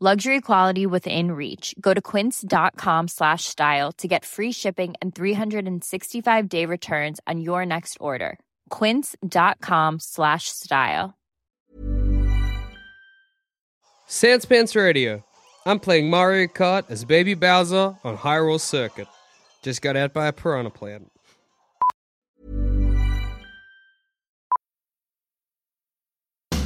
Luxury quality within reach. Go to quince.com slash style to get free shipping and 365 day returns on your next order. Quince.com slash style. Sandspants Radio. I'm playing Mario Kart as Baby Bowser on Hyrule Circuit. Just got out by a piranha plant.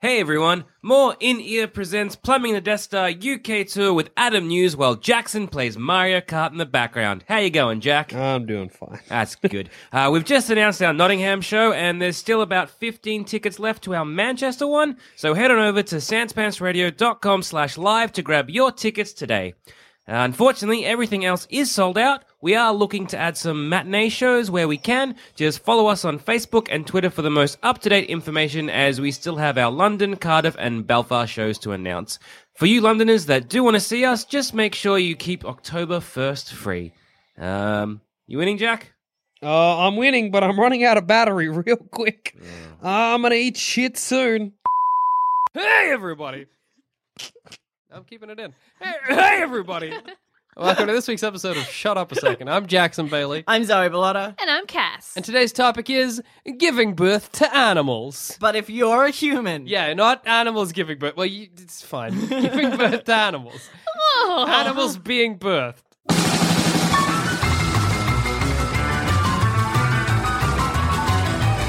Hey everyone, more In Ear presents Plumbing the Death Star UK tour with Adam News while Jackson plays Mario Kart in the background. How you going, Jack? I'm doing fine. That's good. Uh, we've just announced our Nottingham show, and there's still about 15 tickets left to our Manchester one. So head on over to sanspantsradio.com slash live to grab your tickets today. Uh, unfortunately, everything else is sold out. We are looking to add some matinee shows where we can. Just follow us on Facebook and Twitter for the most up to date information as we still have our London, Cardiff, and Belfast shows to announce. For you Londoners that do want to see us, just make sure you keep October 1st free. Um, you winning, Jack? Uh, I'm winning, but I'm running out of battery real quick. Uh, I'm gonna eat shit soon. Hey, everybody! I'm keeping it in. Hey, hey everybody! Welcome to this week's episode of Shut Up a Second. I'm Jackson Bailey, I'm Zoe Bellotta. And I'm Cass. and today's topic is giving birth to animals. But if you're a human, Yeah, not animals giving birth. Well, you, it's fine. giving birth to animals. Oh. Animals being birthed.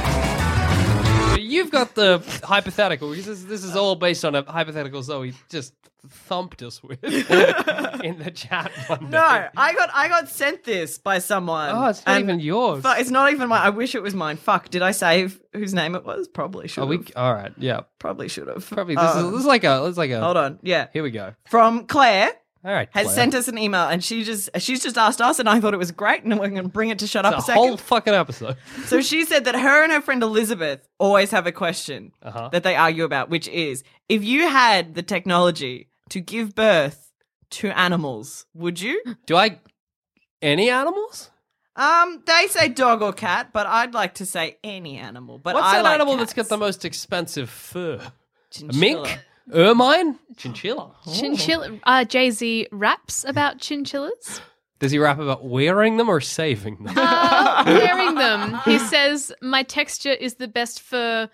So You've got the hypothetical. This is, this is all based on a hypothetical Zoe just thumped us with in the chat one no, day. I got I got sent this by someone. Oh, it's not And- even yours. Fu- it's not even mine. I wish it was mine. Fuck. Did I save whose name it was? Probably should Are have. we, all right, yeah. Probably should have. Probably this, is, this is like a this is like a Uh, Hold on. Yeah. Here we go. From Claire All right, has Claire. sent us an email, and she just she's just asked us, and I thought it was great, and we're going to bring it to shut up a It's a second. whole fucking episode. So she said that her and her friend Elizabeth always have a question Uh-huh. that they argue about, which is if you had the technology to give birth to animals, would you? Do I any animals? Um, they say dog or cat, but I'd like to say any animal. But What's I that like animal cats. that's got the most expensive fur? A Chinchilla. mink? Er, Ermine? Chinchilla. Chinchilla. Uh, Jay Z raps about chinchillas, Does he rap about wearing them or saving them? uh, wearing them. He says, "My texture is the best for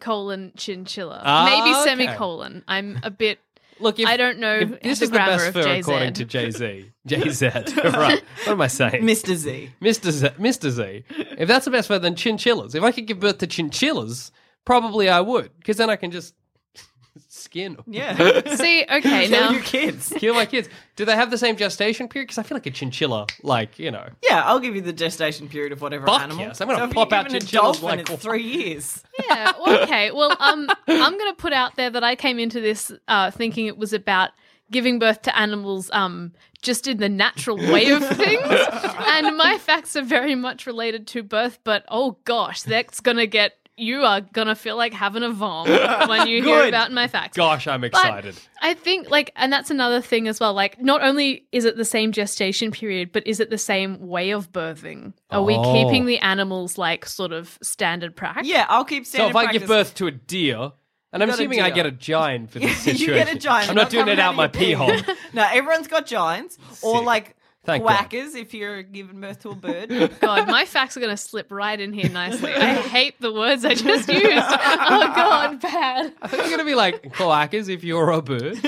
colon chinchilla, Ah, maybe okay. semicolon." I'm a bit. Look, if, I don't know if this the is the best grammar of fur JZ. according to Jay Z. Jay Z. right. What am I saying? Mr. Z. Mr. Z, Mr. Z. If that's the best way, then chinchillas. If I could give birth to chinchillas, probably I would, because then I can just skin 'em. Yeah. See, okay, Kill now your kids. Kill my kids. Do they have the same gestation period? Because I feel like a chinchilla, like you know, Yeah, I'll give you the gestation period of whatever Fuck animal. yes, I'm gonna so if pop you out give an chinchillas adult like and it's what? three years. yeah, well, okay. Well, um, I'm going to put out there that I came into this uh, thinking it was about giving birth to animals um, just in the natural way of things. and my facts are very much related to birth, but oh gosh, that's going to get you are gonna feel like having a vom when you hear Good. about my facts. Gosh, I'm excited. I think like, and that's another thing as well. Like, not only is it the same gestation period, but is it the same way of birthing? Are we Oh. keeping the animals like sort of standard practice? Yeah, I'll keep So standing. if I give birth to a deer, and I'm got a assuming I deer. get a giant for this You situation. get a giant. I'm not You're doing it not out coming my out of pee your hole. no, everyone's got giants or Sick. like Thank God. quackers if you're giving birth to a bird. God, my facts are going to slip right in here nicely. I hate the words I just used. Oh, God, bad. I think you're gonna be like cloacas if you're a bird.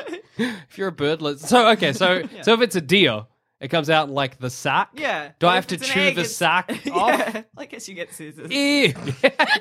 if you're a bird, let's. So okay, so so if it's a deer, it comes out like the sack. Yeah. Do But I have if to it's an chew egg, the it's- sack off? yeah, I guess you get scissors. Ew.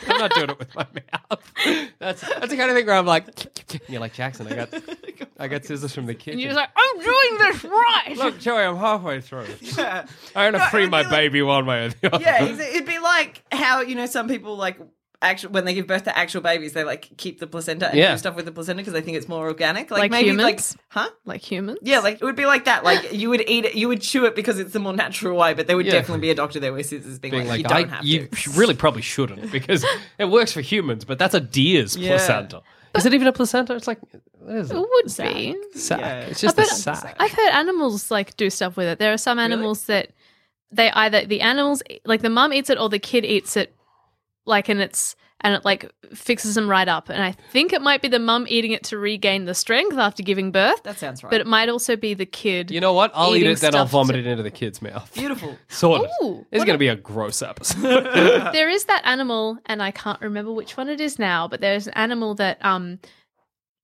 I'm not doing it with my mouth. That's that's the kind of thing where I'm like, and you're like Jackson. I got I got scissors from the kitchen. And you're just like, I'm doing this right. Look, Joey, I'm halfway through. yeah, I'm gonna No, free it'd my be like- baby one way or the other. yeah. exa- It'd be like how you know some people like actual when they give birth to actual babies, they like keep the placenta and Yeah. do stuff with the placenta because they think it's more organic. Like, Like maybe humans? like huh? Like humans? Yeah, like it would be like that. Like you would eat it, you would chew it because it's the more natural way. But there would Yeah. definitely be a doctor there with scissors, being, Being like, like, you don't I, have you to. sh- really probably shouldn't because it works for humans, but that's a deer's Yeah. placenta. Is it even a placenta? It's like, what is it? It would be. Sack. Yeah. It's just I a bet- sack. I've heard animals like do stuff with it. There are some animals that they either the animals like the mum eats it or the kid eats it, like and it's and it like fixes them right up. And I think it might be the mum eating it to regain the strength after giving birth, That sounds right. but it might also be the kid. You know what? I'll eat Eating it, then I'll stuff vomit to- it into the kid's mouth. Beautiful. Sorted. Ooh, It's what going a- to be a gross episode. there is that animal, and I can't remember which one it is now, but there's an animal that um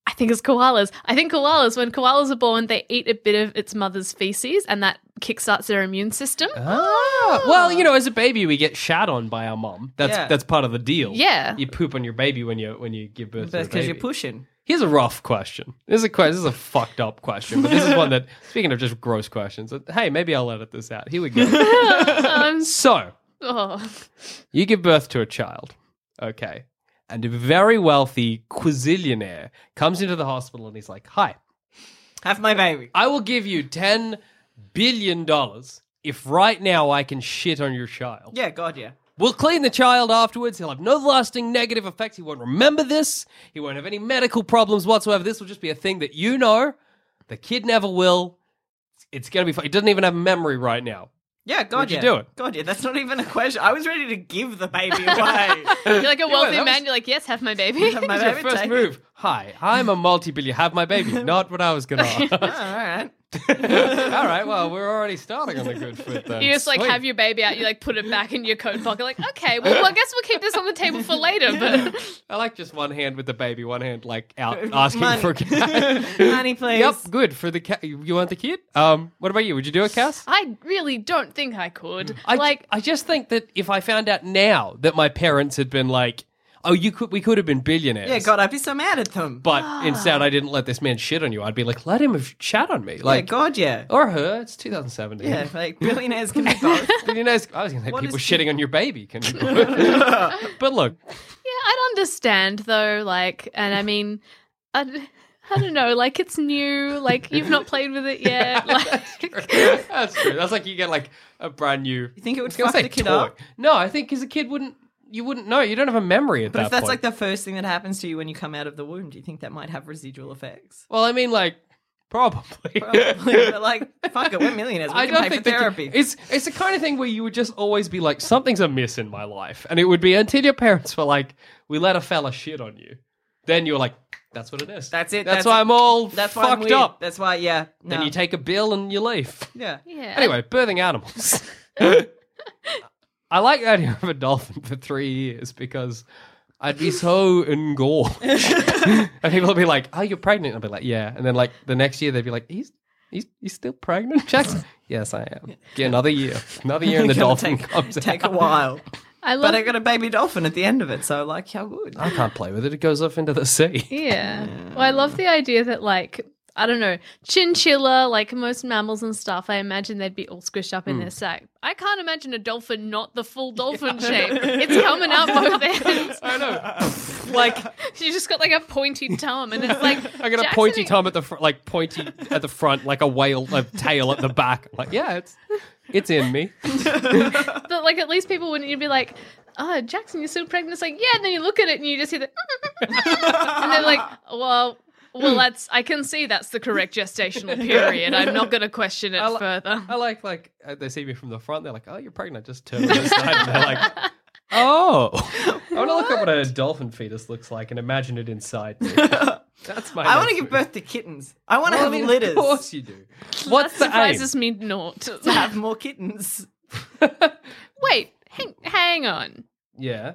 I think is koalas. I think koalas, when koalas are born, they eat a bit of its mother's feces and that kickstarts their immune system. ah, well, you know, as a baby, we get shat on by our mum. That's Yeah. that's part of the deal. Yeah. You poop on your baby when you when you give birth to a Because you're baby. pushing. Here's a rough question. This is a question. This is a fucked up question, but this is one that, speaking of just gross questions, uh, hey, maybe I'll edit this out. Here we go. Um, so, oh. you give birth to a child, okay, and a very wealthy quazillionaire comes into the hospital and he's like, "Hi, Have my baby. I will give you ten billion dollars if right now I can shit on your child. Yeah, God, yeah. We'll clean the child afterwards. He'll have no lasting negative effects. He won't remember this. He won't have any medical problems whatsoever. This will just be a thing that you know. The kid never will. It's gonna be fine. He doesn't even have memory right now. Yeah, God, Would you yeah. do it? God, yeah. That's not even a question. I was ready to give the baby away. You're like a wealthy that was- man. You're like, yes, have my baby. Have my That's your baby, first take it. move. Hi, I'm a multi-billion. Have my baby. Not what I was gonna ask. Oh, all right. All right, well, we're already starting on the good foot then. You just like Sweet. have your baby out. You like put it back in your coat pocket. Like, okay, well, well I guess we'll keep this on the table for later. But I like just one hand with the baby, one hand like out asking Money. for cash. Honey, please. yep, good for the cat. You want the kid? Um, what about you? Would you do it, Cass? I really don't think I could. I, like, I just think that if I found out now that my parents had been like, oh, you could, we could have been billionaires. Yeah, God, I'd be so mad at them. But instead, I didn't let this man shit on you. I'd be like, let him have chat on me, yeah, like oh. God, yeah. or her. It's 2017. Yeah, like billionaires can be both. Billionaires. I was gonna say What people is- shitting on your baby can. but look, yeah, I'd understand though. Like, and I mean, I, I don't know. Like, it's new. Like, you've not played with it yet. Like, that's true. That's like you get like a brand new. You think it I would was gonna fuck say the kid toy. up? No, I think because a kid wouldn't. You wouldn't know. You don't have a memory at But that if that's point. like the first thing that happens to you when you come out of the womb, do you think that might have residual effects? well, I mean, like probably. Probably. but like, fuck it, we're millionaires. We I can don't pay think for the therapy. Kid, it's it's the kind of thing where you would just always be like, something's amiss in my life, and it would be until your parents were like, "We let a fella shit on you," then you're like, "That's what it is. That's it, That's, that's why it. I'm all That's why I'm fucked weird. up." That's why, yeah. No. Then you take a bill and you leave. yeah. yeah. Anyway, birthing animals. I like the idea of a dolphin for three years because I'd be so engorged. and people would be like, Oh, you're pregnant? I'd be like, Yeah. And then like the next year they'd be like, He's he's, he's still pregnant, Jackson? yes, I am. Get another year. Another year and the Gonna dolphin take, comes Take a out. while. I love. But I got a baby dolphin at the end of it, so like, how good? I can't play with it. It goes off into the sea. Yeah. Well, I love the idea that like I don't know chinchilla, like most mammals and stuff. I imagine they'd be all squished Hmm. up in their sack. I can't imagine a dolphin not the full dolphin shape. It's coming out both ends. I know. like She's just got like a pointy tum, and it's like I got a Jackson- pointy tum at the fr- like pointy at the front, like a whale, a tail at the back. Like, yeah, it's it's in me. But like at least people wouldn't. You'd be like, oh, Jackson, you're still pregnant. It's like, yeah. And then you look at it and you just hear the, and they're like, well, well, that's, I can see that's the correct gestational period. I'm not going to question it I li- further. I like like uh, they see me from the front. They're like, "Oh, you're pregnant." Just turn to the side. And they're like, "Oh." I want to look up what a dolphin fetus looks like and imagine it inside. me. That's my. I want next to give move. birth to kittens. I want to Well, I have mean, litters. Of course you do. What's that the aim? surprises me not. To have more kittens. Wait, hang, hang on. Yeah.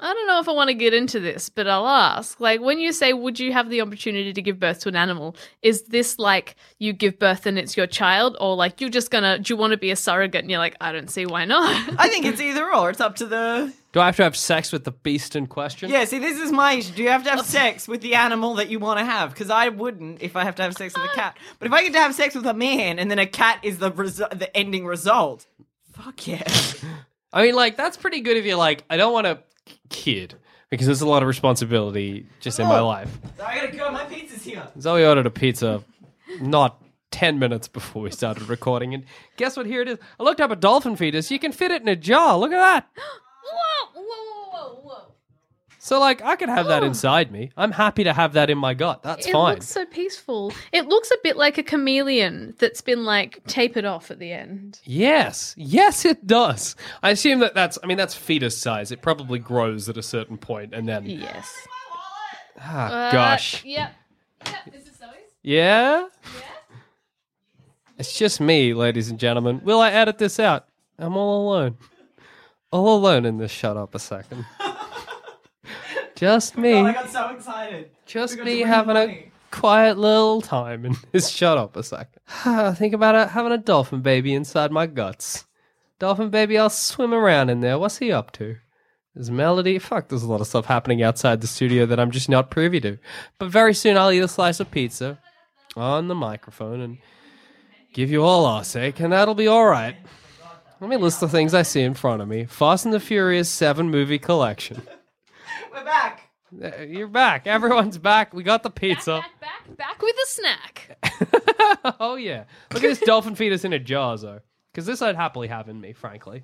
I don't know if I want to get into this, but I'll ask. Like, when you say, would you have the opportunity to give birth to an animal? Is this like you give birth and it's your child, or like you're just gonna, do you want to be a surrogate? And you're like, I don't see why not. I think it's either or. It's up to the. Do I have to have sex with the beast in question? Yeah, see, this is my issue. Do you have to have sex with the animal that you want to have? Because I wouldn't if I have to have sex with a cat. But if I get to have sex with a man and then a cat is the resu- the ending result, fuck yeah. I mean, like that's pretty good if you're like, I don't want a kid because there's a lot of responsibility just in my Oh. life. I gotta go. My pizza's here. Zoe ordered a pizza not 10 minutes before we started recording. And guess what? Here it is. I looked up a dolphin fetus. You can fit it in a jar. Look at that. whoa, whoa, whoa, whoa, whoa. So, like, I could have that inside me. I'm happy to have that in my gut. That's It fine. looks so peaceful. It looks a bit like a chameleon that's been like tapered off at the end. yes. Yes, it does. I assume that that's, I mean, that's fetus size. It probably grows at a certain point and then, Yes. Uh, ah, gosh. Yep. Yep. Is this Zoe's? Yeah? It's just me, ladies and gentlemen. Will I edit this out? I'm all alone. All alone in this shut up a second. just me. Oh, I got so excited. Just got me to win having money. a quiet little time in this shut up a second. Think about it, having a dolphin baby inside my guts. Dolphin baby, I'll swim around in there. What's he up to? There's Melody. Fuck, there's a lot of stuff happening outside the studio that I'm just not privy to. But very soon I'll eat a slice of pizza on the microphone and give you all our sake, and that'll be alright. Let me list the things I see in front of me Fast and the Furious 7 movie collection. We're back. Uh, You're back. Everyone's back. We got the pizza. Back, back with a snack. oh yeah. Look at this dolphin fetus in a jar, though. Because this I'd happily have in me, frankly.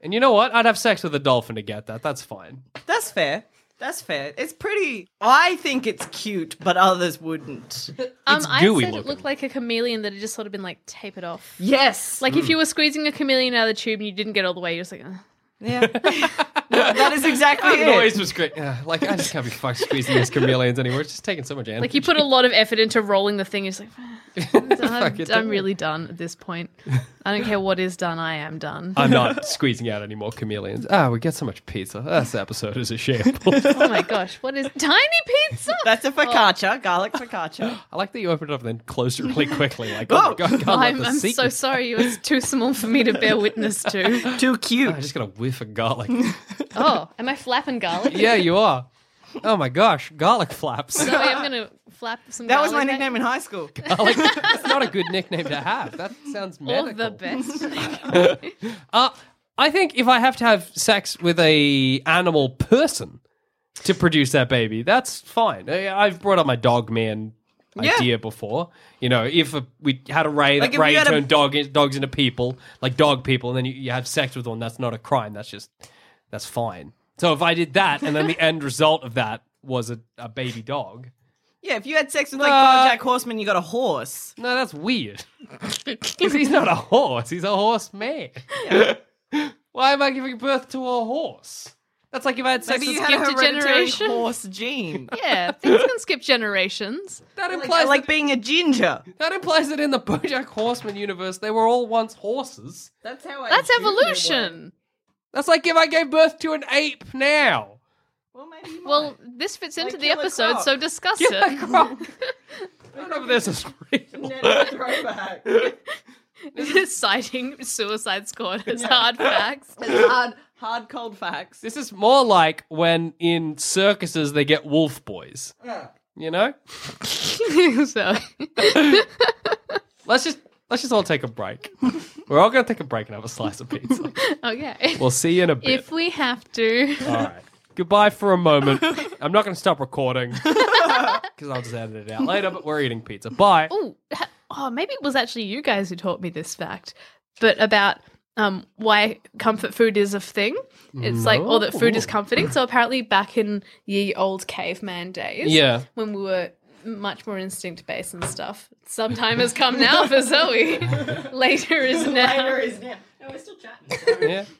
And you know what? I'd have sex with a dolphin to get that. That's fine. That's fair. That's fair. It's pretty. I think it's cute, but others wouldn't. Um, I said gooey it looking. looked like a chameleon that had just sort of been like tapered off. Yes. Like Hmm. if you were squeezing a chameleon out of the tube and you didn't get all the way, you're just like, "Ugh." Yeah. that is exactly The noise it. was great. Yeah, like I just can't be fucked squeezing these chameleons anymore. It's just taking so much energy. like you put a lot of effort into rolling the thing. You're just like, I'm, it, I'm don't really done at this point. I don't care what is done. I am done. I'm not squeezing out any more chameleons. Ah, we get so much pizza. This episode is a shambles. oh my gosh, what is tiny pizza? That's a focaccia, garlic focaccia. I like that you opened it up and then closed it really quickly. Like, oh, my Oh God, I can't let I'm, the I'm so secret- sorry. It was too small for me to bear witness to. Too I cute. just got a whiff of garlic. Oh, am I flapping garlic? yeah, you are. Oh my gosh, garlic flaps. Zoe, I'm gonna flap some. That was my garlic nickname in high school. Garlic. That's not a good nickname to have. That sounds Or medical. the best. Uh, I think if I have to have sex with a animal person to produce that baby, that's fine. I- I've brought up my dog man Yeah. idea before. You know, if a, we had a ray Like, that if ray you had a- turned dog dogs into people, like dog people, and then you, you have sex with one, that's not a crime. That's just that's fine. So if I did that, and then the end result of that was a, a baby dog, Yeah, if you had sex with like Nah. Bojack Horseman, you got a horse. no, that's weird. 'Cause he's not a horse. He's a horse man. Why am I giving birth to a horse? That's like if I had sex Maybe with you had skip a hereditary degeneration. horse gene. Yeah, things can skip generations. that implies Like, like that, being a ginger. that implies that in the BoJack Horseman universe they were all once horses. That's how I. That's evolution. That's like if I gave birth to an ape now. Well, maybe you Well, this fits into Like the Killer episode, Croc. so discuss Yeah, it. croc. I don't know if this is real. throwback. Citing Suicide Squad as hard facts. hard, hard, cold facts. This is more like when in circuses they get wolf boys. You know? so, Let's just let's just all take a break. We're all gonna take a break and have a slice of pizza. okay. We'll see you in a bit. if we have to, All right. Goodbye for a moment. I'm not going to stop recording because I'll just edit it out later, but we're eating pizza. Bye. oh, oh, maybe it was actually you guys who taught me this fact, but about um, why comfort food is a thing. It's like, or that food is comforting. So apparently, back in ye old caveman days, Yeah. when we were much more instinct based and stuff, some time has come now for Zoe. Later is now. No, we're still chatting. Yeah.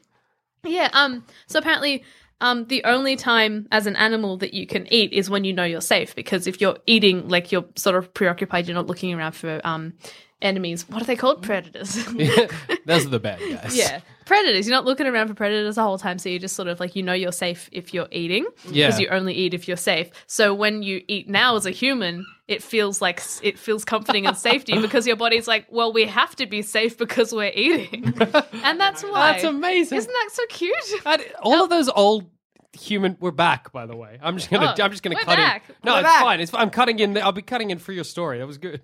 Yeah. Um. So apparently, um, the only time as an animal that you can eat is when you know you're safe. Because if you're eating, like you're sort of preoccupied, you're not looking around for um enemies. What are they called? Predators. Those are the bad guys. yeah. Predators. You're not looking around for predators the whole time, so you just sort of like you know you're safe if you're eating. Yeah. Because you only eat if you're safe. So when you eat now as a human, it feels like it feels comforting and safety because your body's like, well, we have to be safe because we're eating, and that's why. That's amazing. Isn't that so cute? I d- all of those old human. We're back, by the way. I'm just gonna. Oh, I'm just gonna we're cut back. in. No, We're it's back. fine. It's. fi- I'm cutting in. I'll be cutting in for your story. That was good.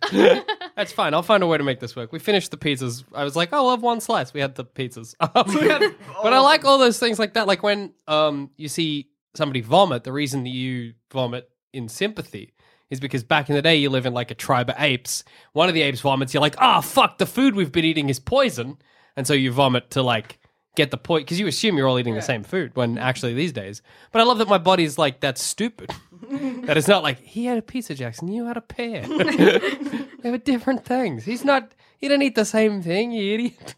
That's fine. I'll find a way to make this work. We finished the pizzas. I was like, oh, I'll have one slice. We had the pizzas. Um, but I like all those things like that. Like when um you see somebody vomit, the reason that you vomit in sympathy. Is because back in the day you live in like a tribe of apes. One of the apes vomits, you're like, ah, fuck, the food we've been eating is poison, and so you vomit to like get the point because you assume you're all eating the same food when actually these days. But I love that my body's like that's stupid. that it's not like he had a pizza, Jackson. You had a pear. they were different things. He's not. He didn't eat the same thing. You idiot.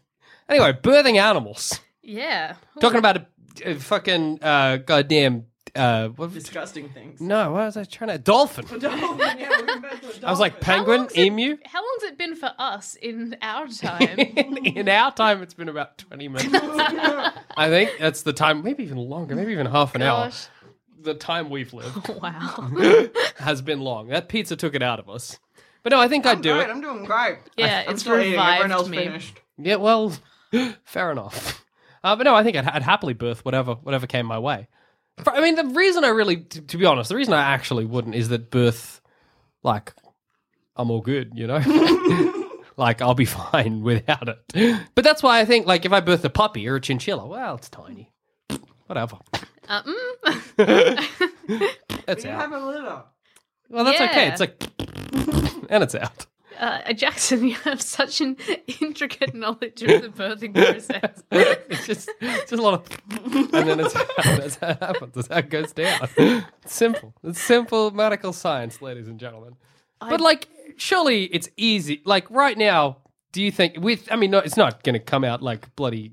Anyway, birthing animals. Yeah. Talking about a, a fucking uh, goddamn. Uh, what, Disgusting things. no, what was I trying to? Dolphin. I was like penguin, long's it- emu. How long's it been for us in our time? in our time, it's been about 20 minutes. I think that's the time, maybe even longer, maybe even half an Gosh. hour. The time we've lived wow. has been long. That pizza took it out of us. But no, I think I'd do Right, it. I'm doing great. Yeah, I'm it's still eating. Everyone else revived me. finished. Yeah, well, fair enough. Uh, but no, I think I'd, I'd happily birth whatever whatever came my way. For- I mean, the reason I really, to, to be honest, the reason I actually wouldn't is that birth, like, I'm all good, you know? like, I'll be fine without it. But that's why I think, like, if I birth a puppy or a chinchilla, well, it's tiny. Whatever. Uh, mm. It's You out. have a litter. Well, that's okay. Yeah. It's like, and it's out. uh, Jackson, you have such an intricate knowledge of the birthing process. it's just it's just a lot of and then it's that's how it happens. That's how it goes down. It's simple. It's simple medical science, ladies and gentlemen. But like surely it's easy. Like right now, do you think with I mean no, it's not gonna come out like bloody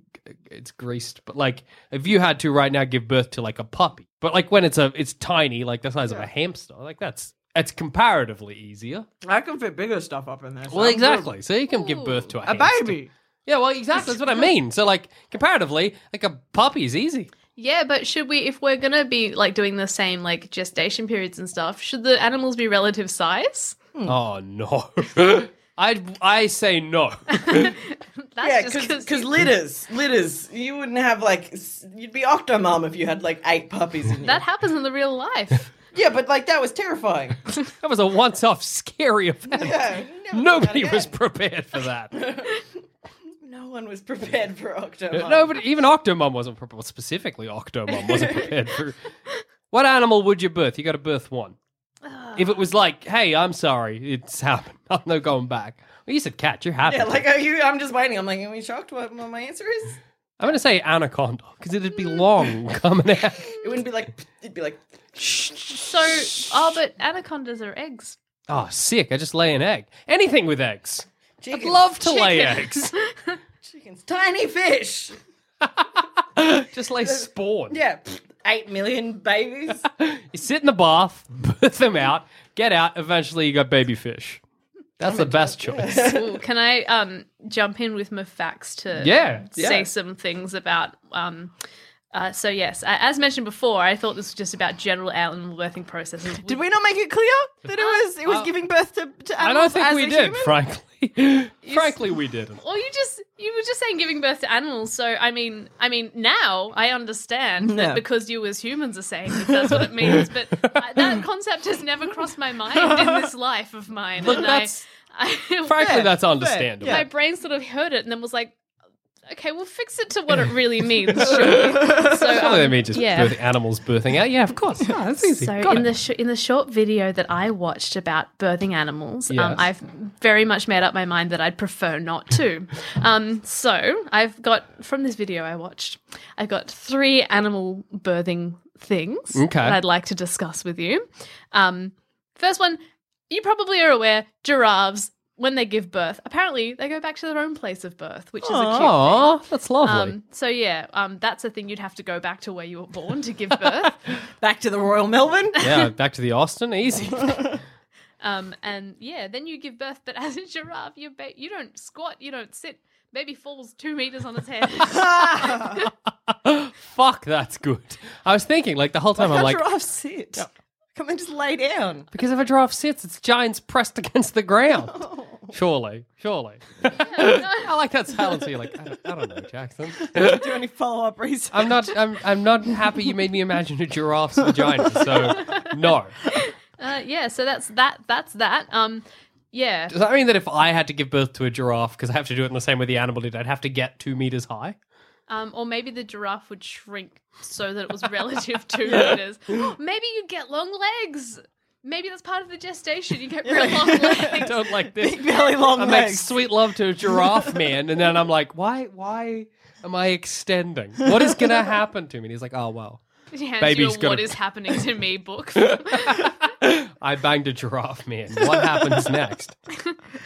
it's greased, but like if you had to right now give birth to like a puppy. But like when it's a it's tiny, like the size of a hamster, like that's it's comparatively easier. I can fit bigger stuff up in there. so Well, I'm exactly. So you can give birth to a, good. hamster. A baby. Yeah, well, exactly. That's what I mean. So, like, comparatively, like a puppy is easy. yeah, but should we, if we're gonna be like doing the same like gestation periods and stuff, should the animals be relative size? Oh no, I I say no. That's yeah, just because because. litters, litters. You wouldn't have like s- you'd be octomom if you had like eight puppies in you. That happens in the real life. yeah, but like that was terrifying. That was a once-off scary event. yeah, never do Nobody that was again. prepared for that. no one was prepared for octomom. Nobody, even Octomom wasn't prepared. Well, specifically, Octomom wasn't prepared for. What animal would you birth? You got to birth one. If it was like, hey, I'm sorry, it's happened. I'm no going back. Well, you said cat. You're happy. Yeah, like are you? I'm just waiting. I'm like, are you shocked? What, what my answer is? I'm going to say anaconda because it'd be long coming out. It wouldn't be like it'd be like So, oh, but anacondas are eggs. Oh, sick. I just lay an egg. Anything with eggs. chickens, I'd love to lay eggs. chickens, tiny fish. just lay spawn. Yeah, eight million babies. You sit in the bath, birth them out, get out. Eventually, you got baby fish. That's the best choice. Ooh, can I um jump in with my facts to Yeah. say some things about. Um, uh, so yes, I, as mentioned before, I thought this was just about general animal birthing processes. Uh, Did we not make it clear that it was it was giving birth to, to I don't animals think as we a did, human? frankly. frankly, we didn't. Or you just you were just saying giving birth to animals. So I mean, I mean now I understand No. that because you as humans are saying that that's what it means. But I, that concept has never crossed my mind in this life of mine. Look, and that's, I, I frankly, fair, that's understandable. fair, my brain sort of heard it and then was like, okay, we'll fix it to what it really means. Sure. So, Surely they um, mean just yeah. birth- animals birthing out. Yeah, of course. Yeah, Oh, that's easy. So Got in it. the sh- in the short video that I watched about birthing animals, Yes. um, I've very much made up my mind that I'd prefer not to. um, so I've got from this video I watched, I've got three animal birthing things Okay. that I'd like to discuss with you. Um, first one, you probably are aware, giraffes when they give birth, apparently they go back to their own place of birth, which is a cute thing. Aw, that's lovely. Um, so yeah, um, that's a thing you'd have to go back to where you were born to give birth. Back to the Royal Melbourne. yeah, back to the Austin. Easy. Um, and yeah, then you give birth, but as a giraffe, you ba- you don't squat, you don't sit. Baby falls two meters on its head. Fuck, that's good. I was thinking like the whole time. I'm How like, giraffes sit? Come and just lay down. because if a giraffe sits, its giant's pressed against the ground. Surely, surely. I like that silence. where You're like, I don't, I don't know, Jackson. Do any follow up research? I'm not. I'm. I'm not happy. You made me imagine a giraffe's vagina. So no. uh, yeah, so that's that. That's that. Um, yeah, Does that mean that if I had to give birth to a giraffe, because I have to do it in the same way the animal did, I'd have to get two meters high? Oh. um, or maybe the giraffe would shrink so that it was relative two meters. maybe you get long legs. Maybe that's part of the gestation. You get real long I legs. don't like this. Big belly, long I make legs. sweet love to a giraffe man, and then I'm like, why? Why am I extending? What is gonna happen to me? And he's like, oh well, He hands you Baby's a gotta- "What is happening to me" book. I banged a giraffe man. What happens next?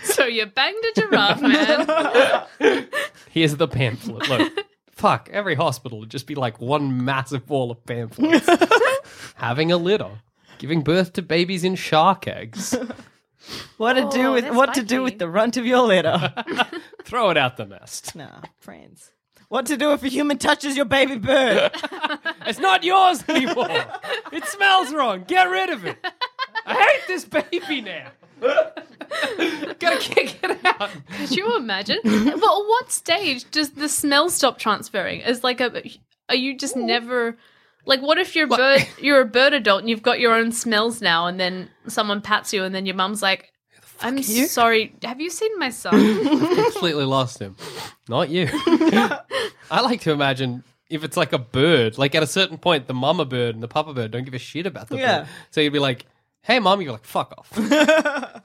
so you banged a giraffe, man. Here's the pamphlet. Look, fuck. Every hospital would just be like one massive wall of pamphlets. Having a litter, giving birth to babies in shark eggs. What to do Oh, with that's what to do spicy. with the runt of your litter? Throw it out the nest. nah, friends. What to do if a human touches your baby bird? It's not yours anymore. it smells wrong. Get rid of it. I hate this baby now. Gotta kick it out. Could you imagine? well, at what stage does the smell stop transferring? Is like a, are you just never, like, what if you're a bird, you're a bird adult and you've got your own smells now, and then someone pats you, and then your mum's like, "I'm sorry, have you seen my son?" Completely lost him. Not you. I like to imagine if it's like a bird, like at a certain point, the mama bird and the papa bird don't give a shit about the Yeah. bird. So you'd be like, hey, mom, you're like, fuck off.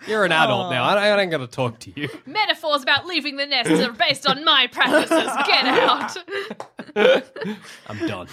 You're an adult now. I, I ain't gonna talk to you. Metaphors about leaving the nest are based on my practices. Get out. I'm done.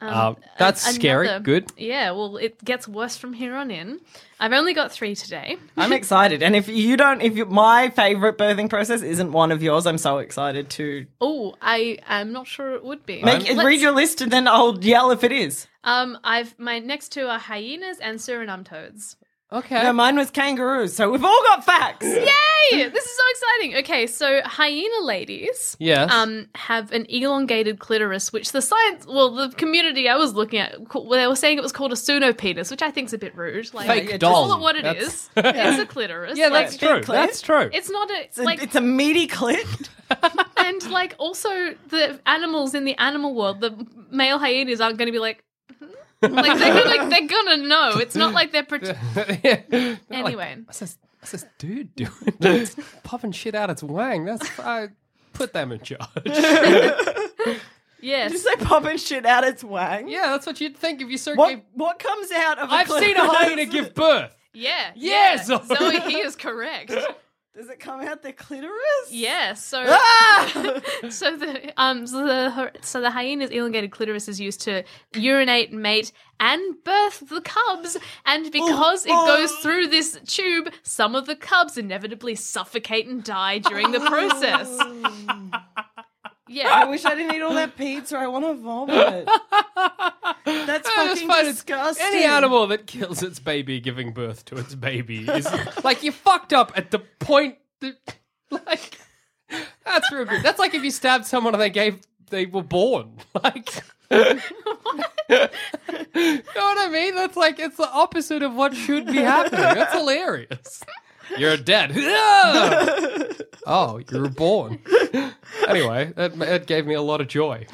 Um, that's scary. another- Good. Yeah, well, it gets worse from here on in. I've only got three today. I'm excited, and if you don't, if you, my favorite birthing process isn't one of yours, I'm so excited to Oh, I am not sure it would be. make Let's- read your list, and then I'll yell if it is. Um, I've my next two are hyenas and Suriname toads. Okay. No, mine was kangaroos, so we've all got facts. Yay! This is so exciting. Okay, so hyena ladies yes. um have an elongated clitoris, which the science, well, the community I was looking at, ca- well, they were saying it was called a pseudopenis, which I think's a bit rude. Like, Fake yeah, doll. call it what it That's- is. It's a clitoris. Yeah, like, that's true. clear. That's true. It's not a It's a, like, it's a meaty clip. and like also the animals in the animal world, the male hyenas aren't going to be like. "Hmm?" like they're gonna, they're gonna know. It's not like they're. Prote- Yeah. anyway, What's this, what's this dude doing? It's popping shit out its wang. That's I put them in charge. yeah, yes. Just like popping shit out its wang. that's what you'd think if you saw. What what comes out of? a I've seen a clitoris? hyena give birth. Yeah. Yeah, yeah. Zoe. Zoe, he is correct. Does it come out the clitoris? Yeah, so Ah! so the um so the so the hyena's elongated clitoris is used to urinate, mate, and birth the cubs. Oh, And because it goes through this tube, some of the cubs inevitably suffocate and die during the process. I Yeah. wish I didn't eat all that pizza. I want to vomit. That's Oh, that's fucking fine. It's- disgusting. Any animal that kills its baby giving birth to its baby is like you fucked up at the point. That, like that's real good. That's like if you stabbed someone and they gave they were born. Like. know what I mean? That's like it's the opposite of what should be happening. That's hilarious. You're dead. oh, you were born. Anyway, that, that gave me a lot of joy.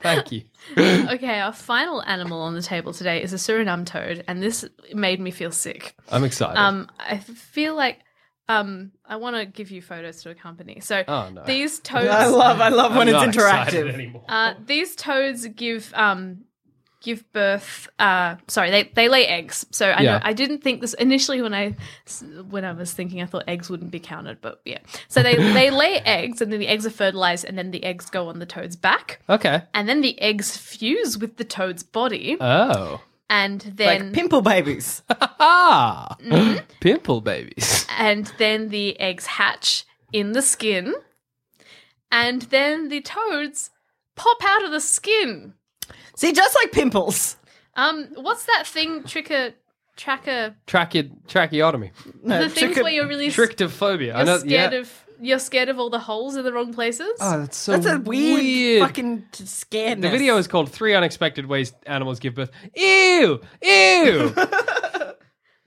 Thank you. Okay, our final animal on the table today is a Suriname toad, and this made me feel sick. I'm excited. Um, I feel like um, I want to give you photos to accompany. So Oh, no. these toads, I love, I love when it's interactive. anymore. uh, these toads give um, give birth. Uh, sorry, they, they lay eggs. So I Yeah. know, I didn't think this initially when I s- when I was thinking I thought eggs wouldn't be counted, but yeah. So they they lay eggs and then the eggs are fertilized and then the eggs go on the toad's back Okay. and then the eggs fuse with the toad's body Oh. and then Like pimple babies. Ah. Pimple babies. and then the eggs hatch in the skin, and then the toads pop out of the skin. See, just like pimples. Um, what's that thing, tricker, tracker? Trache- tracheotomy. No, the things trick- where you're really s- Trichtophobia. I you're know. scared yeah. of you're scared of all the holes in the wrong places. Oh, that's so That's a weird, weird. fucking t- scaredness. The video is called Three Unexpected Ways Animals Give Birth. Ew! Ew!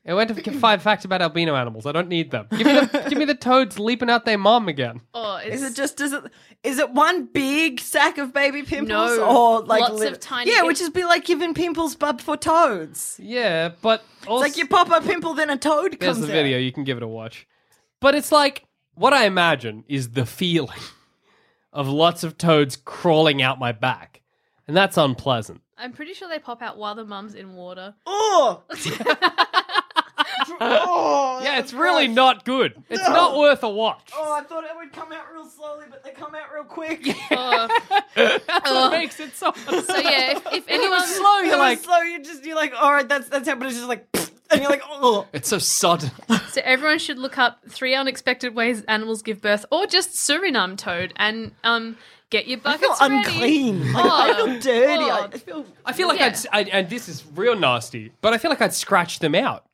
I went to get five facts about albino animals. I don't need them. Give me the, give me the toads leaping out their mom again. Or Oh, it's, Is it just is it is it one big sack of baby pimples No, or like lots of tiny- Yeah, which is be like giving pimples but for toads. Yeah, but also. It's like you pop a pimple, then a toad There's comes the out. video. You can give it a watch. But it's like what I imagine is the feeling of lots of toads crawling out my back, and that's unpleasant. I'm pretty sure they pop out while the mum's in water. Oh, oh, Yeah, it's really not good. It's not worth a watch. Oh, I thought it would come out real slowly, but they come out real quick. Oh. That's what makes it so. so yeah, if, if anyone slow. It You're was like, slow. You just you're like, all right, that's that's happened. It's just like, and you're like, oh, it's so sudden. So everyone should look up three unexpected ways animals give birth, or just Suriname toad, and um, get your I feel buckets ready. unclean. Like, I Oh, feel dirty. I, oh. I feel. I feel like Yeah. I'd, s- I, and this is real nasty, but I feel like I'd scratch them out.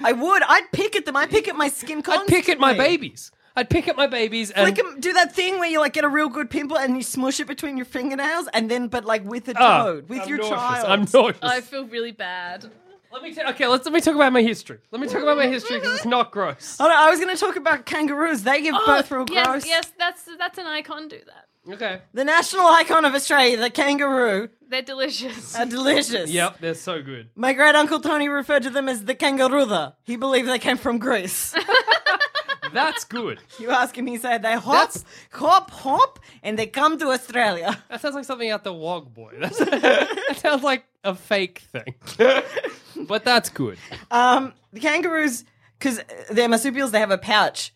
I would. I'd pick at them. I pick at my skin. I'd Constantly. pick at my babies. I'd pick at my babies and Like um, do that thing where you like get a real good pimple and you smush it between your fingernails and then, but like with a Ah, toad, with I'm your nauseous. child. I'm nauseous. I feel really bad. Let me ta- okay. Let's let me talk about my history. Let me talk about my history because it's not gross. Oh, no, I was going to talk about kangaroos. They give birth real Oh, yes, gross. yes, that's that's an icon. Do that. Okay. The national icon of Australia, the kangaroo, They're delicious. are delicious. Yep, they're so good. My great uncle Tony referred to them as the kangaroo. He believed they came from Greece. That's good. you ask him, he said they hop, hop, hop, and they come to Australia. That sounds like something out the Wog Boy. That's, that sounds like a fake thing. but that's good. Um, the kangaroos, because they're marsupials, they have a pouch.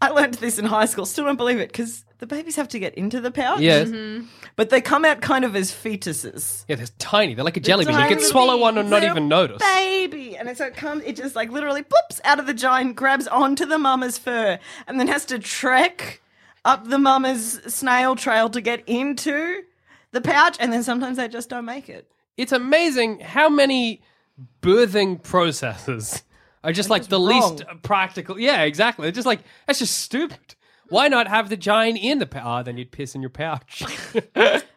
I learned this in high school. Still don't believe it because the babies have to get into the pouch. Yes. Mm-hmm. But they come out kind of as fetuses. Yeah, they're tiny. They're like a jelly bean. You tiny can swallow one and not little even notice. Baby. And so it comes, it just like literally plops out of the giant, grabs onto the mama's fur, and then has to trek up the mama's snail trail to get into the pouch. And then sometimes they just don't make it. It's amazing how many birthing processes are just like the least wrong. practical. Yeah, exactly. They're just like, that's just stupid. Why not have the giant in the pouch? Ah, then you'd piss in your pouch.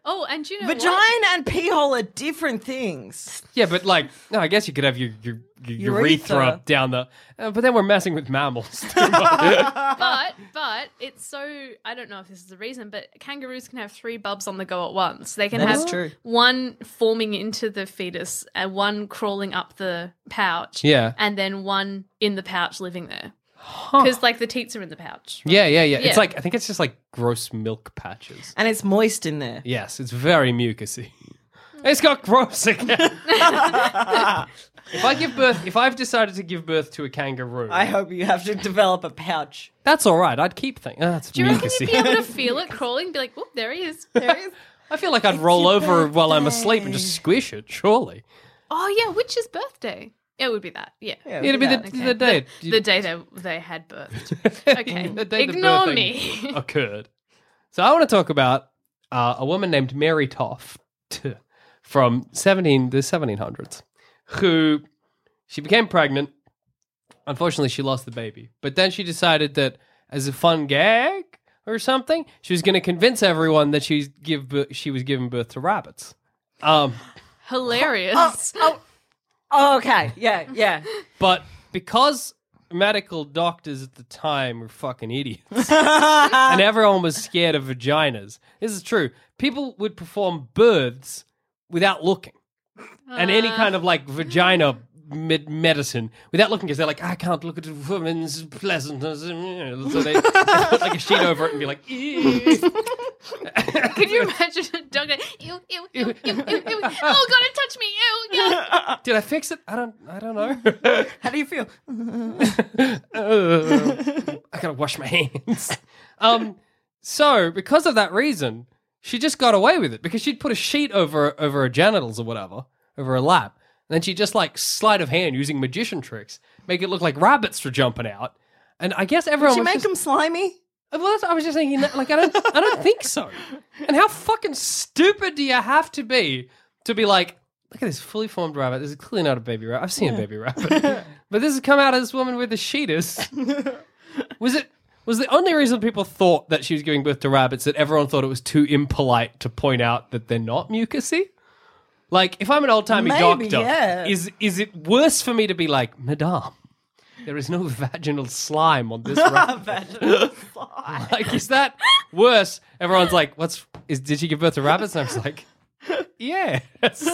Oh, and you know Vagina what? and pee hole are different things. yeah, but like, no, I guess you could have your, your, your urethra. Urethra. down the. Uh, but then we're messing with mammals. But but it's so I don't know if this is the reason, but kangaroos can have three bubs on the go at once. They can That have is true. one forming into the fetus and one crawling up the pouch. Yeah. And then one in the pouch living there. Because like the teats are in the pouch. Yeah, yeah, yeah, Yeah. It's like I think it's just like gross milk patches. And it's moist in there. Yes, it's very mucusy. It's got gross again. if I give birth, if I've decided to give birth to a kangaroo, I hope you have to develop a pouch. that's all right. I'd keep things. That's Do you reckon you'd be able mucusy. to feel it crawling? Be like, whoop, there he is. I feel like I'd roll over while I'm asleep and just squish it. Surely, Oh yeah, which is birthday? It would be that. Yeah. it'd be the, Okay. the day The, the day they- they had birth. Okay. The day the Ignore birthing me. occurred. So I want to talk about uh, a woman named Mary Toff t- from 17 the 1700s who she became pregnant. Unfortunately, she lost the baby. But then she decided that as a fun gag or something, she was going to convince everyone that she's give bir- she was giving birth to rabbits. Um, Hilarious. Oh, okay. Yeah, yeah. but because medical doctors at the time were fucking idiots, and everyone was scared of vaginas. This is true. People would perform births without looking, and any kind of like vagina med- medicine without looking because they're like, I can't look at a woman's pleasantness. So they put like a sheet over it and be like, "Ew." Could you imagine a dog that, ew, ew, ew, ew, ew, ew. Oh, God, it touched me. Ew, yeah. Did I fix it? I don't. I don't know. How do you feel? Ugh. I gotta wash my hands. Um, so because of that reason, she just got away with it because she'd put a sheet over over her genitals or whatever, over her lap, and then she just like sleight of hand using magician tricks, make it look like rabbits were jumping out. And I guess everyone Did you was make just, them slimy? well, that's, I was just thinking, that, like, I don't, I don't think so. And how fucking stupid do you have to be to be like, look at this fully formed rabbit. This is clearly not a baby rabbit. I've seen a baby rabbit, but this has come out of this woman with a sheetus. was it? Was the only reason people thought that she was giving birth to rabbits that everyone thought it was too impolite to point out that they're not mucusy? Like, if I'm an old timey Maybe, doctor, yeah. is is it worse for me to be like, Madame, there is no vaginal slime on this rabbit? like, is that worse? Everyone's like, what's is did she give birth to rabbits? And I was like, Yeah. That's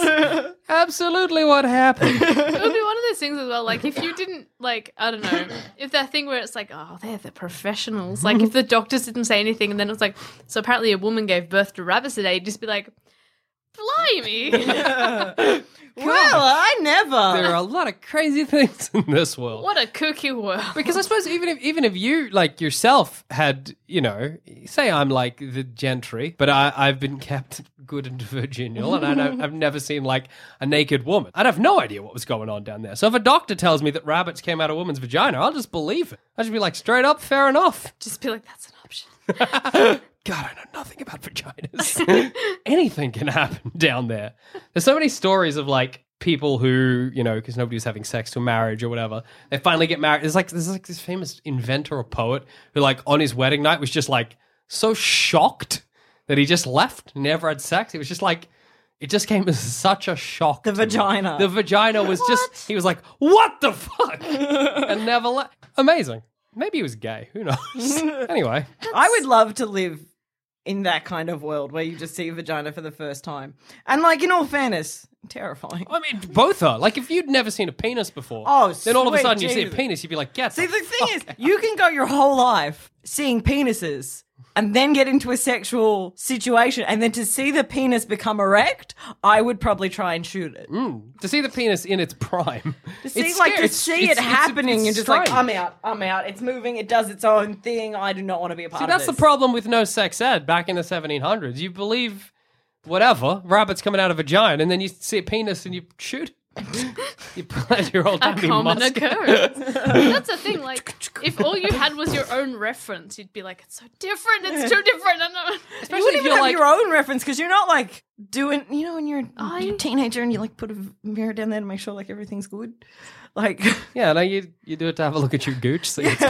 absolutely what happened. It would be one of those things as well. Like, if you didn't, like, I don't know, if that thing where it's like, oh, they're the professionals. Like, if the doctors didn't say anything and then it's like, so apparently a woman gave birth to rabbits today, you'd just be like, blimey, Well, I There never. are a lot of crazy things in this world. what a kooky world. Because I suppose even if even if you like yourself had you know say I'm like the gentry, but I I've been kept good and virginal, and I know, I've never seen like a naked woman. I'd have no idea what was going on down there. So if a doctor tells me that rabbits came out of a woman's vagina, I'll just believe it. I will just be like straight up, fair enough. Just be like, that's an option. God, I know nothing about vaginas. Anything can happen down there. There's so many stories of like people who, you know, because nobody was having sex till marriage or whatever, they finally get married. There's like there's like this famous inventor or poet who, like, on his wedding night was just like so shocked that he just left and never had sex. It was just like it just came as such a shock. to The him. vagina. The vagina was just he was like, What the fuck? and never left. Amazing. Maybe he was gay. Who knows? anyway. I would love to live in that kind of world where you just see a vagina for the first time. And like, in all fairness, terrifying. I mean, both are. Like, if you'd never seen a penis before, Oh, then all of a sweet sudden you see a Jesus. penis, you'd be like, get See, the thing is, you can go your whole life seeing penises and then get into a sexual situation, and then to see the penis become erect, I would probably try and shoot it. to see the penis in its prime. To see, like, to see it happening, you're just like, I'm in. out, I'm out. It's moving, it does its own thing. I do not want to be a part See, of that's the this. problem with no sex ed back in the 1700s. You believe whatever, rabbits coming out of a vagina, and then you see a penis and you shoot. you pull out your old A timey common musket. occurrence. That's the thing. Like, if all you had was your own reference, you'd be like, it's so different. It's too different. I know. Especially You if wouldn't even you're have like, your own reference because you're not like doing, you know, when you're, I- you're a teenager and you like put a mirror down there to make sure like everything's good. Like, yeah, no, you you do it to have a look at your gooch. See what's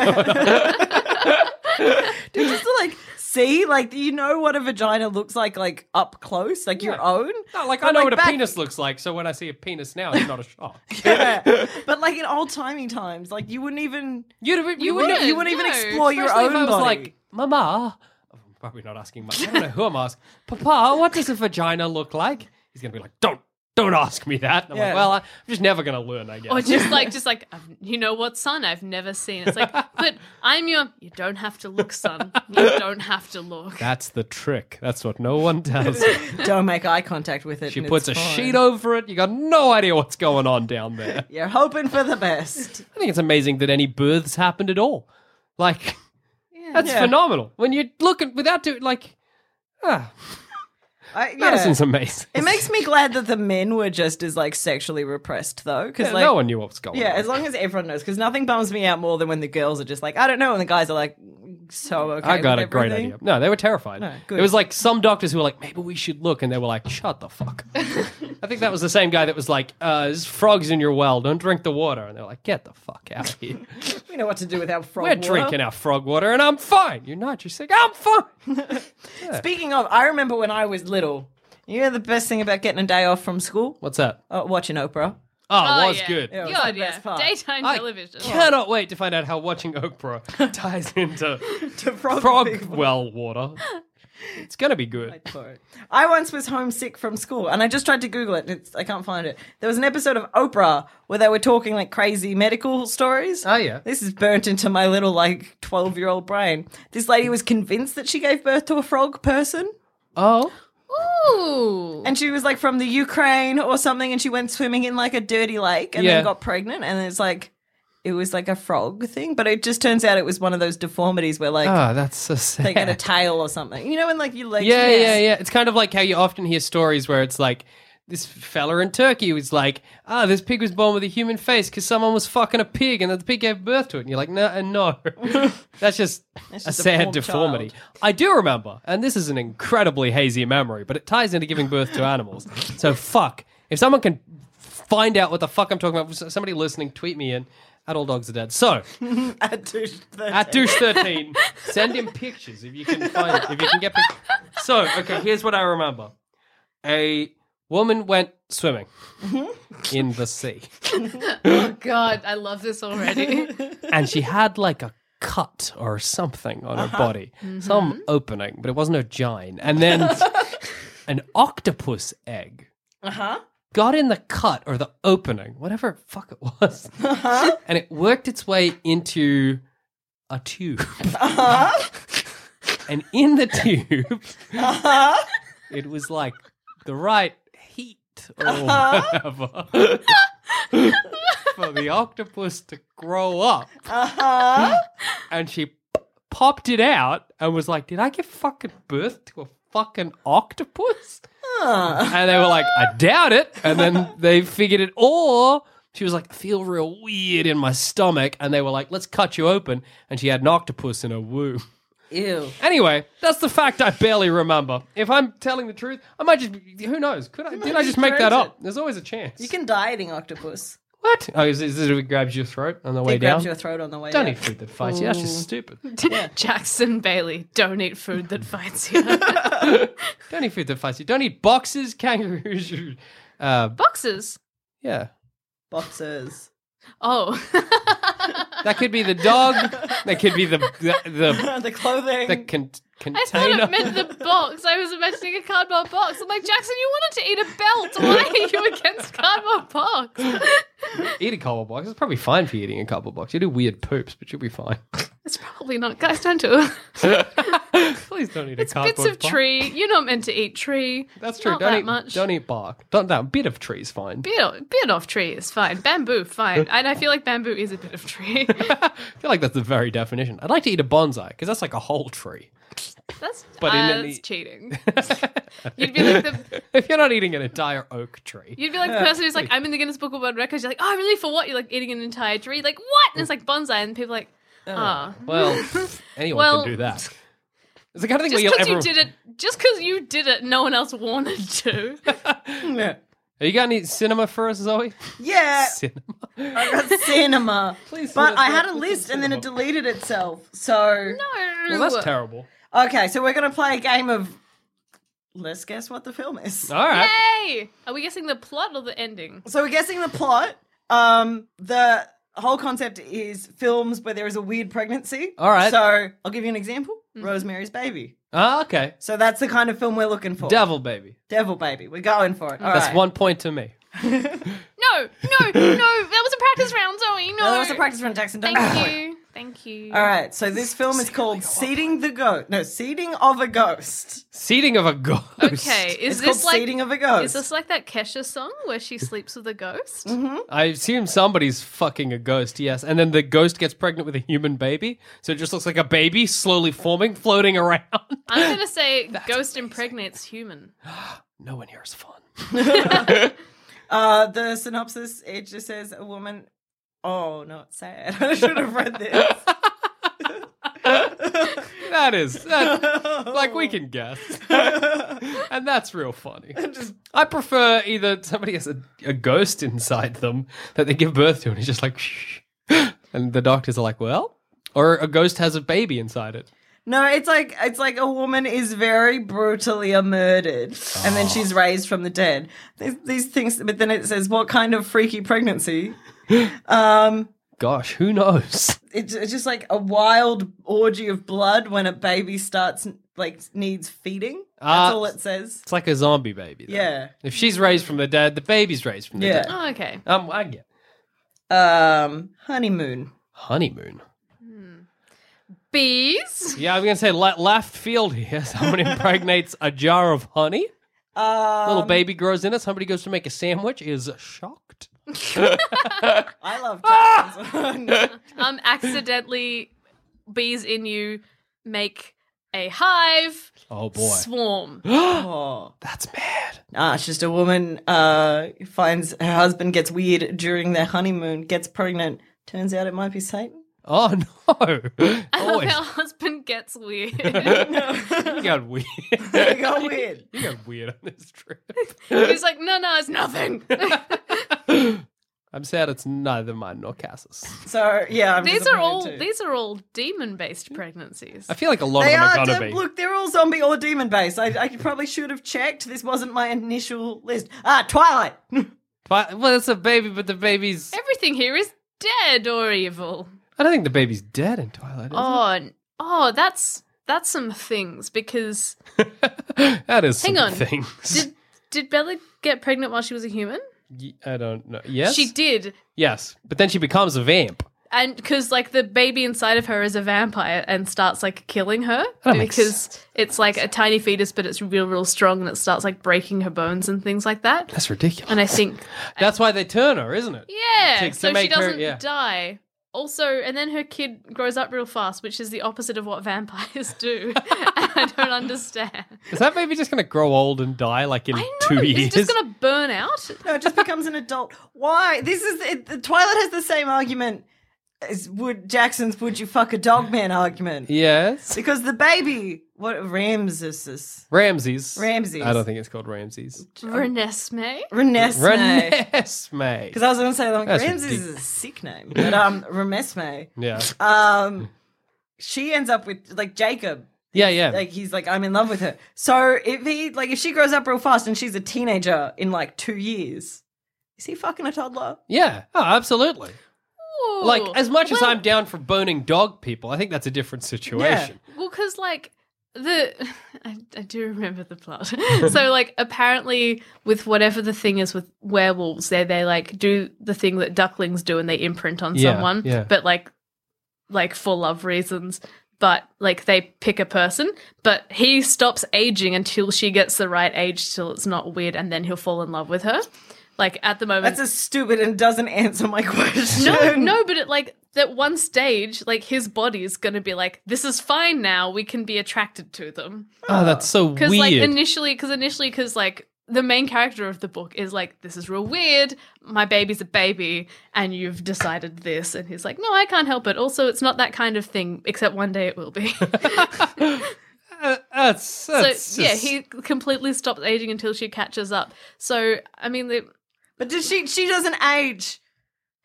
Dude, just to like see, like you know what a vagina looks like, like up close, like your Yeah. own. No, like But, I know what a back- penis looks like, so when I see a penis now, it's not a shock. Yeah. but like in old timey times, like you wouldn't even. You'd have, you, wouldn't- you wouldn't even explore your especially if own I was body. like, Mama, Oh, I'm probably not asking. Mama. I don't know who I'm asking. Papa, what does a vagina look like? He's gonna be like, don't, don't ask me that. And I'm Yeah. like, well, I'm just never gonna learn, I guess. Or just like, just like, "I've- you know what, son? I've never seen. It's like, but I'm your. You don't have to look, son. You don't have to look. That's the trick. That's what no one does. Don't make eye contact with it. she and puts a it's fine. sheet over it. You got no idea what's going on down there. You're hoping for the best. I think it's amazing that any births happened at all. Like, that's Yeah. phenomenal. When you look at without doing like, ah, I, yeah. Madison's amazing. It makes me glad that the men were just as like sexually repressed though, because Yeah, like. no one knew what was going yeah, on. as long as everyone knows, because nothing bums me out more than when the girls are just like, I don't know, and the guys are like, so okay. I got a with great everything. idea. No, they were terrified. No, good. it was like some doctors who were like, maybe we should look, and they were like, shut the fuck. up." I think that was the same guy that was like, uh, there's frogs in your well, don't drink the water. And they were like, get the fuck out of here. We know what to do with our frog. we're water. drinking our frog water, and I'm fine. You're not, you're sick. I'm fine. Speaking of, I remember when I was little. You know the best thing about getting a day off from school? What's that? Uh, watching Oprah. Oh, it Oh, was yeah. good. Yeah. was God, the best yeah. part. Daytime I television. Cannot wait to find out how watching Oprah ties into To frog frog people. well water. It's gonna be good. Wait for it. I once was homesick from school, and I just tried to Google it. And it's, I can't find it. There was an episode of Oprah where they were talking like crazy medical stories. Oh, yeah. this is burnt into my little like twelve-year-old brain. This lady was convinced that she gave birth to a frog person, Oh, Ooh. and she was like from the Ukraine or something, and she went swimming in like a dirty lake and Yeah. then got pregnant, and it's like. It was like a frog thing, but it just turns out it was one of those deformities where like ah, that's so sad. they get a tail or something. You know, when like you like Yeah, yeah, yeah. It's kind of like how you often hear stories where it's like this fella in Turkey was like, "Ah, this pig was born with a human face because someone was fucking a pig, and the pig gave birth to it." And you're like, "No, uh, no, that's just a just a sad poor deformity." child. I do remember, and this is an incredibly hazy memory, but it ties into giving birth to animals. so fuck if someone can find out what the fuck I'm talking about. s- Somebody listening, tweet me in. At all dogs are dead. So I do at douche thirteen, send him pictures if you can find if you can get pictures. So okay, here's what I remember: a woman went swimming in the sea, oh God, I love this already. and she had like a cut or something on her body, some opening, but it wasn't a gine. And then an octopus egg Uh huh. got in the cut or the opening, whatever fuck it was, and it worked its way into a tube. and in the tube, it was like the right heat or whatever for the octopus to grow up. And she p- popped it out and was like, "Did I give fucking birth to a fucking octopus?" And they were like, "I doubt it." And then they figured it. Or she was like, "I feel real weird in my stomach," and they were like, "Let's cut you open." And she had an octopus in her womb. Ew. Anyway, that's the fact I barely remember. If I'm telling the truth, I might just be- who knows? Could I did I just make that create up? There's always a chance. You can die eating octopus. what? Oh, is, is it if it grabs your throat on the way It grabs down? your Mm. throat on the way Don't down. eat food that fights you. That's just stupid. Jackson Bailey, don't eat food that fights you. Don't eat food that fights you. Don't eat boxes, kangaroos. you- Uh, Boxes. yeah, Boxers. Oh. that could be the dog. That could be the the the, the clothing. the con- I thought container. it meant the box. I was imagining a cardboard box. I'm like, Jackson, you wanted to eat a belt. Why are you against cardboard box? eat a cardboard box. It's probably fine for eating a cardboard box. You do weird poops, but you'll be fine. It's probably not. Guys, don't do it. Please don't eat a cardboard Bits of box. tree. You're not meant to eat tree. That's true. Not don't that eat much. don't eat bark. Don't that bit of tree's fine. Bit, bit off tree is fine. Bamboo, fine. And I feel like bamboo is a bit of tree. I feel like that's the very definition. I'd like to eat a bonsai because that's like a whole tree. That's, But in uh, any- that's cheating. You'd be like the If you're not eating an entire oak tree, You'd be like the person who's like, I'm in the Guinness Book of World Records. You're like, oh, really? For what? You're like eating an entire tree. Like, what? And it's like bonsai. And people are like, oh. well, anyone Well- can do that. It's the kind of thing where Just you'll because ever. you did it, just because you did it, no one else wanted to. Are you got any cinema for us, Zoe? yeah, Cinema. cinema. Please But let us I had know a if list it's and then it cinema. deleted itself. So Well, that's terrible. okay, so we're gonna play a game of. Let's guess what the film is. All right. Yay! Are we guessing the plot or the ending? So we're guessing the plot. Um, the whole concept is films where there is a weird pregnancy. All right. So I'll give you an example. Mm-hmm. Rosemary's Baby. Ah, okay. So that's the kind of film we're looking for. Devil baby. Devil Baby. We're going for it. All That's right. one point to me. No, no, no. That was a practice round, Zoe. No, No, that was a practice run, Jackson. Don't Thank you, thank you. All right, so this film is called Seating the Ghost. No, Seating of a Ghost. Seating of a ghost. Okay, is this It's called like Seating of a is Ghost. this like that Kesha song where she sleeps with a ghost? I assume somebody's fucking a ghost, yes. And then the ghost gets pregnant with a human baby. So it just looks like a baby slowly forming, floating around. I'm gonna say ghost impregnates human. no one here is fun. Uh, the synopsis it just says a woman. Oh, no, it's sad. I should have read this. That is, that, like, we can guess. and that's real funny. I prefer either somebody has a, a ghost inside them that they give birth to and it's just like, shh. And the doctors are like, well? Or a ghost has a baby inside it. No, it's like it's like a woman is very brutally uh, murdered, and then she's raised from the dead. These, these things, but then it says what kind of freaky pregnancy? um, Gosh, who knows? It's, it's just like a wild orgy of blood when a baby starts like needs feeding. That's Ah. all it says. It's like a zombie baby. though. Yeah. If she's raised from the dad, the baby's raised from the Yeah. dad. Oh, okay. Um, I get Um, honeymoon. honeymoon. Bees. Yeah, I was gonna say le- left field here. Someone impregnates a jar of honey. Um, Little baby grows in it. Somebody goes to make a sandwich. Is shocked. I love Japanese. Um, accidentally, bees in you make a hive Oh boy, swarm. oh. that's mad. Ah, it's just a woman uh, finds her husband gets weird during their honeymoon, gets pregnant. Turns out it might be Satan. Oh no, I love always how husband gets weird. you got weird. They got weird. You got weird on this trip. He's like, no, no, it's nothing. I'm sad it's neither mine nor Cass's. So yeah, I'm these are disappointed all too. these are all demon-based pregnancies. I feel like a lot They of them are are gonna dem- be. look. They're all zombie or demon based. I, I probably should have checked. This wasn't my initial list. Ah, Twilight. But, well, it's a baby, but the baby's. Everything here is dead or evil. I don't think the baby's dead in Twilight. Is Oh, n- oh, that's that's some things because it? that is Hang some on. things. did did Bella get pregnant while she was a human? Ye- I don't know. Yes, She did, Yes, but then she becomes a vamp. and because like the baby inside of her is a vampire and starts like killing her That makes because it's like a tiny fetus, but it's real, real strong, and it starts like breaking her bones and things like that. That's ridiculous. And I think That's why they turn her, isn't it? Yeah, To- to so she make her- doesn't yeah. die. Also, and then her kid grows up real fast, which is the opposite of what vampires do. And I don't understand. Is that baby just going to grow old and die like in I know two it's years? just gonna burn out. No, it just becomes an adult. Why? This is it, the Twilight has the same argument as Wood Jackson's "Would you fuck a dog man?" argument Yes. because the baby what Ramses Ramses. Ramses. I don't think it's called Ramses. Renesmee. Renesmee. Renesmee. Because I was going to say like That's Ramses ridic- is a sick name, but um Ramesme. Yeah. Um, she ends up with like Jacob. Yeah, yeah. Like he's like I'm in love with her. So if he like if she grows up real fast and she's a teenager in like two years, is he fucking a toddler? yeah. Oh, absolutely. Ooh. Like, as much as Well- I'm down for burning dog people, I think that's a different situation. Well, because like the I, I do remember the plot. so like apparently with whatever the thing is with werewolves, they they like do the thing that ducklings do and they imprint on Yeah, someone, yeah. but like like for love reasons. But like they pick a person, but he stops aging until she gets the right age, till it's not weird, and then he'll fall in love with her. Like at the moment, That's a stupid and doesn't answer my question. no, no, but it like that one stage, like his body's gonna be like, this is fine now. We can be attracted to them Oh, that's so because weird. like initially, because initially, because like the main character of the book is like, this is real weird. My baby's a baby, and you've decided this, and he's like, no, I can't help it. Also, it's not that kind of thing. Except one day it will be. Uh, that's, so that's yeah, just- he completely stops aging until she catches up. So I mean, the, But does she? She doesn't age.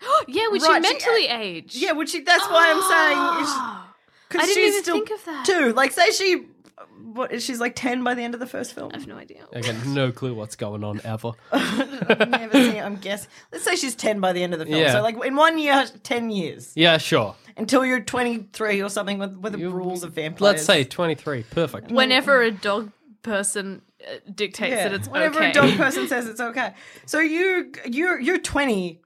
yeah, would Right, she she- mentally age? Yeah, would she? That's why I'm saying. is- Ah. 'cause I didn't she's even still think of that. Two. Like, say she. What? She's like ten by the end of the first film. I have no idea. I got no clue what's going on ever. I've never seen it, I'm guessing. Let's say she's 10 by the end of the film. Yeah. So, like, in one year, 10 years. Yeah, sure. Until you're 23 or something with, with the rules of vampires. Let's say 23. Perfect. Whenever a dog person uh, dictates Yeah. that it's Whenever okay. a dog person says it's okay. So, you, you're, you're 20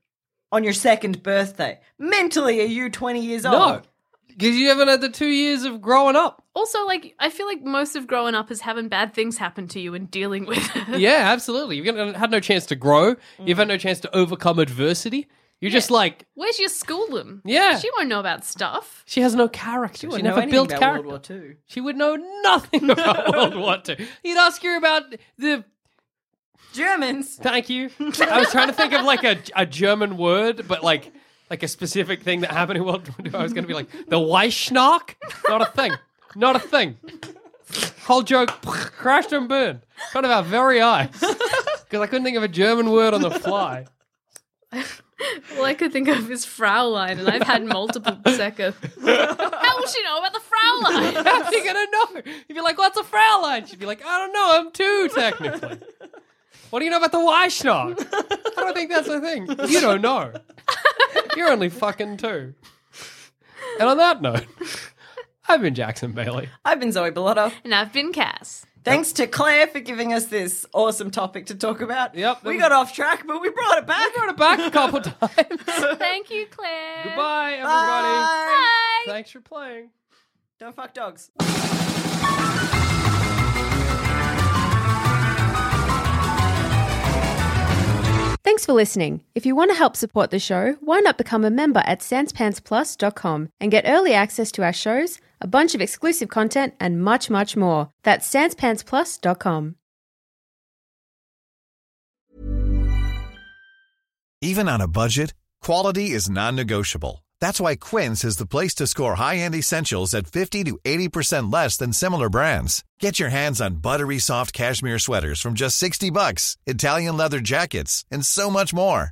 on your second birthday. Mentally, are you 20 years old? No. Because you haven't had the two years of growing up. Also, like, I feel like most of growing up is having bad things happen to you and dealing with it. Yeah, absolutely. You've got- had no chance to grow. You've had no chance to overcome adversity. You're just like, Where's your schooling? Yeah. She won't know about stuff. she has no character. She, Wouldn't know never anything built about character. World War II. She would know nothing about World War II. You'd ask her about the. Germans. Thank you. I was trying to think of like a, a German word, but like like a specific thing that happened in World War II. I was going to be like, the Weisschnark? Not a thing. Not a thing. Whole joke crashed and burned. in Front of our very eyes. Because I couldn't think of a German word on the fly. All I could think of is Fraulein, and I've had multiple seconds. How will she know about the Fraulein? How's she gonna know? You'd be like, "What's a Fraulein?" She'd be like, "I don't know. I'm two technically." what do you know about the Weisschnark? I don't think that's a thing. You don't know. You're only fucking two. And on that note, I've been Jackson Bailey. I've been Zoe Bellotto. And I've been Cass. Thanks to Claire for giving us this awesome topic to talk about. Yep. We got off track, but we brought it back. Brought it back a couple times. Thank you, Claire. Goodbye, everybody. Bye. Bye. Thanks for playing. Don't fuck dogs. Thanks for listening. If you want to help support the show, why not become a member at sanspantsplus.com and get early access to our shows, a bunch of exclusive content, and much, much more. That's sanspantsplus.com. Even on a budget, quality is non-negotiable. That's why Quince is the place to score high-end essentials at 50 to 80% less than similar brands. Get your hands on buttery soft cashmere sweaters from just 60 bucks, Italian leather jackets, and so much more.